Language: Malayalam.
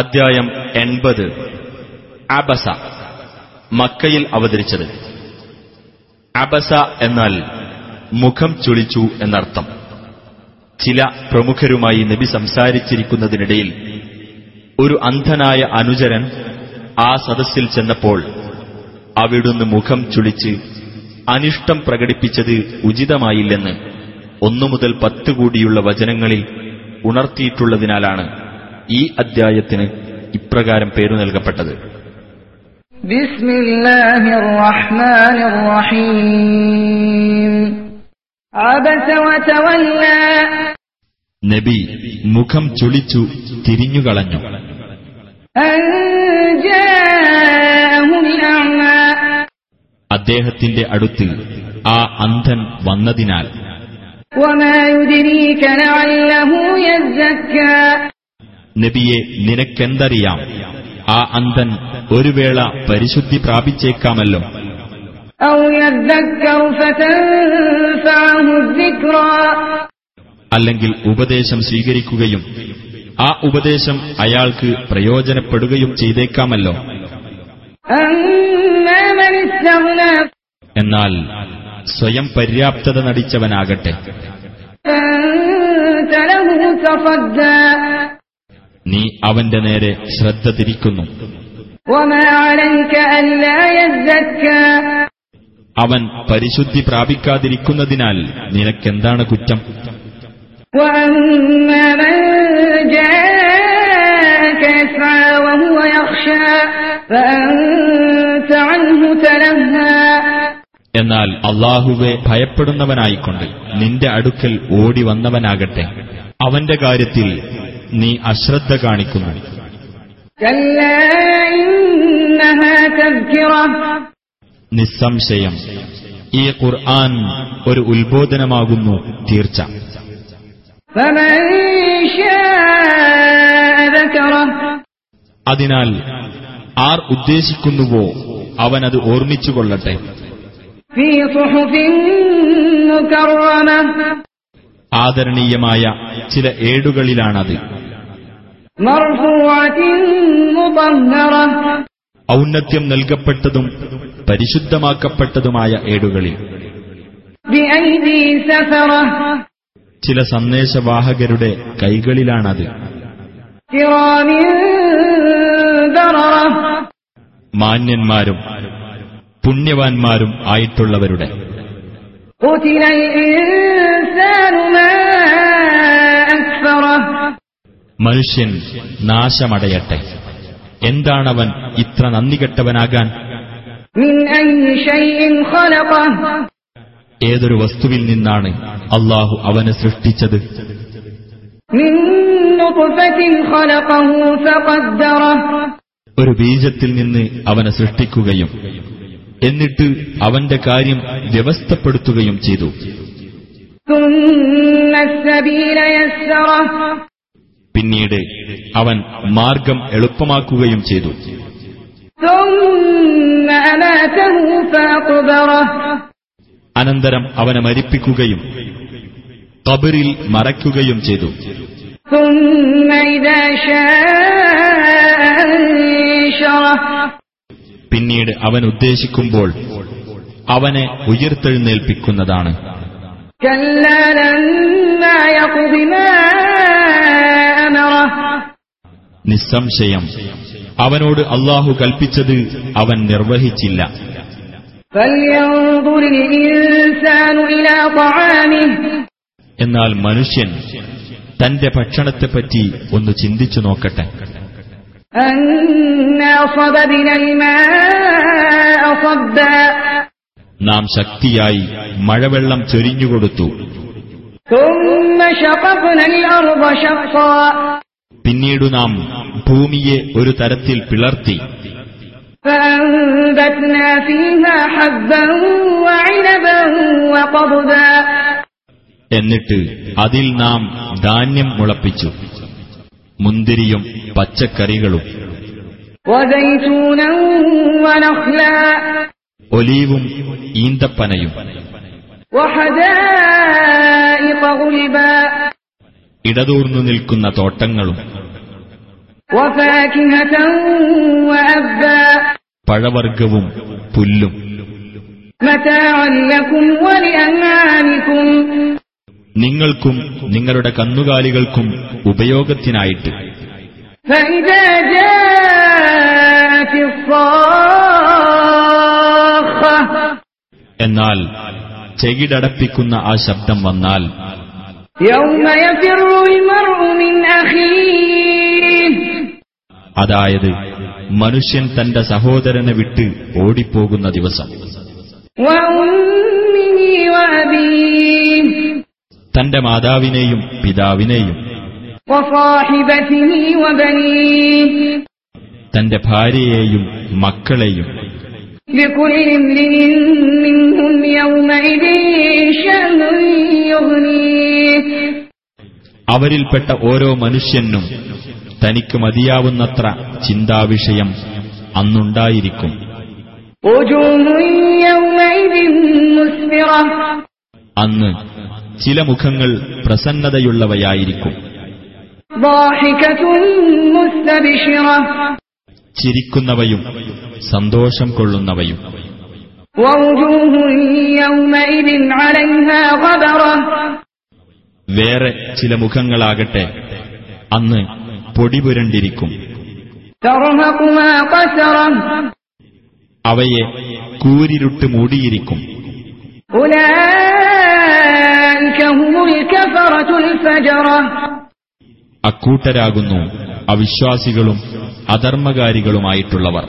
അധ്യായം എൺപത് അബസ മക്കയിൽ അവതരിച്ചത് അബസ എന്നാൽ മുഖം ചുളിച്ചു എന്നർത്ഥം ചില പ്രമുഖരുമായി നബി സംസാരിച്ചിരിക്കുന്നതിനിടയിൽ ഒരു അന്ധനായ അനുചരൻ ആ സദസ്സിൽ ചെന്നപ്പോൾ അവിടുന്ന് മുഖം ചുളിച്ച് അനിഷ്ടം പ്രകടിപ്പിച്ചത് ഉചിതമായില്ലെന്ന് ഒന്നു മുതൽ പത്ത് കൂടിയുള്ള വചനങ്ങളിൽ ഉണർത്തിയിട്ടുള്ളതിനാലാണ് ഈ അദ്ധ്യായത്തിന് ഇപ്രകാരം പേരു നൽകപ്പെട്ടത് بسم الله الرحمن الرحيم عبس وتولى നബി മുഖം ചുളിച്ചു തിരിഞ്ഞുകളഞ്ഞു أن جاءه الأعمى അദ്ദേഹത്തിന്റെ അടുത്ത് ആ അന്ധൻ വന്നതിനാൽ وما يدريك لعله يزكى നബിയെ നിനക്കെന്തറിയാം ആ അന്ധൻ ഒരു വേള പരിശുദ്ധി പ്രാപിച്ചേക്കാമല്ലോ أو يذكر فتنفعه الذكرى അല്ലെങ്കിൽ ഉപദേശം സ്വീകരിക്കുകയും ആ ഉപദേശം അയാൾക്ക് പ്രയോജനപ്പെടുകയും ചെയ്തേക്കാമല്ലോ أما من استغنى എന്നാൽ സ്വയം പര്യാപ്തത നടിച്ചവനാകട്ടെ فأنت له تصدى നീ അവന്റെ നേരെ ശ്രദ്ധ തിരിക്കുന്നു وما عليك ألا يزكى അവൻ പരിശുദ്ധി പ്രാപിക്കാതിരിക്കുന്നതിനാൽ നിനക്കെന്താണ് കുറ്റം وأما من جاءك يسعى وهو يخشى فأنت عنه تلهى എന്നാൽ അള്ളാഹുവെ ഭയപ്പെടുന്നവനായിക്കൊണ്ട് നിന്റെ അടുക്കൽ ഓടി വന്നവനാകട്ടെ അവന്റെ കാര്യത്തിൽ നീ അശ്രദ്ധ കാണിക്കുന്നു كلا إنها تذكرة നിസ്സംശയം ഈ ഖുർആൻ ഒരു ഉത്ബോധനമാകുന്നു തീർച്ച فمن شاء ذكره അതിനാൽ ആർ ഉദ്ദേശിക്കുന്നുവോ അവനത് ഓർമ്മിച്ചുകൊള്ളട്ടെ في صحف مكرمة ആദരണീയമായ ചില ഏടുകളിലാണത് مرفوعة مطهرة ഔന്നത്യം നൽകപ്പെട്ടതും പരിശുദ്ധമാക്കപ്പെട്ടതുമായ ഏടുകളിൽ بأيدي سفرة ചില സന്ദേശവാഹകരുടെ കൈകളിലാണത് كرام بررة മാന്യന്മാരും പുണ്യവാന്മാരും ആയിട്ടുള്ളവരുടെ قتل الإنسان ما أكفره മനുഷ്യൻ നാശമടയട്ടെ എന്താണവൻ ഇത്ര നന്ദികെട്ടവനാകാൻ من أي شيء خلقه ഏതൊരു വസ്തുവിൽ നിന്നാണ് അള്ളാഹു അവനെ സൃഷ്ടിച്ചത് من نطفة خلقه فقدره ഒരു ബീജത്തിൽ നിന്ന് അവനെ സൃഷ്ടിക്കുകയും എന്നിട്ട് അവന്റെ കാര്യം വ്യവസ്ഥപ്പെടുത്തുകയും ചെയ്തു ثم السبيل يسره പിന്നീട് അവൻ മാർഗം എളുപ്പമാക്കുകയും ചെയ്തു ثم أماته فأقبره അനന്തരം അവനെ മരിപ്പിക്കുകയും കബറിൽ മറയ്ക്കുകയും ചെയ്തു ثم إذا شاء أنشره പിന്നീട് അവൻ ഉദ്ദേശിക്കുമ്പോൾ അവനെ ഉയർത്തെഴുന്നേൽപ്പിക്കുന്നതാണ് كلا لما يقض ما أمره നിസ്സംശയം അവനോട് അള്ളാഹു കൽപ്പിച്ചത് അവൻ നിർവഹിച്ചില്ല فلينظر الإنسان إلى طعامه എന്നാൽ മനുഷ്യൻ തന്റെ ഭക്ഷണത്തെപ്പറ്റി ഒന്ന് ചിന്തിച്ചു നോക്കട്ടെ أنا صببنا الماء صبا നാം ശക്തിയായി മഴവെള്ളം ചൊരിഞ്ഞുകൊടുത്തു ثم شققنا الأرض شقا പിന്നീട് നാം ഭൂമിയെ ഒരു തരത്തിൽ പിളർത്തി فأنبتنا فيها حبا وعنبا وقضبا എന്നിട്ട് അതിൽ നാം ധാന്യം മുളപ്പിച്ചു മുന്തിരിയും പച്ചക്കറികളും وزيتونا ونخلا ഒലീവും ഈന്തപ്പനയും وحدائق غلبا ഇടതൂർന്നു നിൽക്കുന്ന തോട്ടങ്ങളും وفاكهة وأبا പഴവർഗവും പുല്ലും متاعا لكم ولأنعامكم നിങ്ങൾക്കും നിങ്ങളുടെ കന്നുകാലികൾക്കും ഉപയോഗത്തിനായിട്ട് فإذا جاءت الصاخة എന്നാൽ ചെകിടടപ്പിക്കുന്ന ആ ശബ്ദം വന്നാൽ يوم يفر المرء من أخيه അതായത് മനുഷ്യൻ തന്റെ സഹോദരനെ വിട്ട് ഓടിപ്പോകുന്ന ദിവസം وأمه وأبيه തന്റെ മാതാവിനെയും പിതാവിനെയും وصاحبته وبنيه തന്റെ ഭാര്യയെയും മക്കളെയും لكل امرئ منهم يومئذ شأن يغنيه അവരിൽപ്പെട്ട ഓരോ മനുഷ്യനും തനിക്ക് മതിയാവുന്നത്ര ചിന്താവിഷയം അന്നുണ്ടായിരിക്കും وجوه يومئذ مسفرة അന്ന് ചില മുഖങ്ങൾ പ്രസന്നതയുള്ളവയായിരിക്കും ضاحكة مستبشرة ചിരിക്കുന്നവയും സന്തോഷം കൊള്ളുന്നവയും ووجوه يومئذ عليها غبرة വേറെ ചില മുഖങ്ങളാകട്ടെ അന്ന് പൊടിപുരണ്ടിരിക്കും ترهقها قترة അവയെ കൂരിരുട്ട് മൂടിയിരിക്കും أولئك هم الكفرة الفجرة അക്കൂട്ടരാകുന്നു അവിശ്വാസികളും അധർമ്മകാരികളുമായിട്ടുള്ളവർ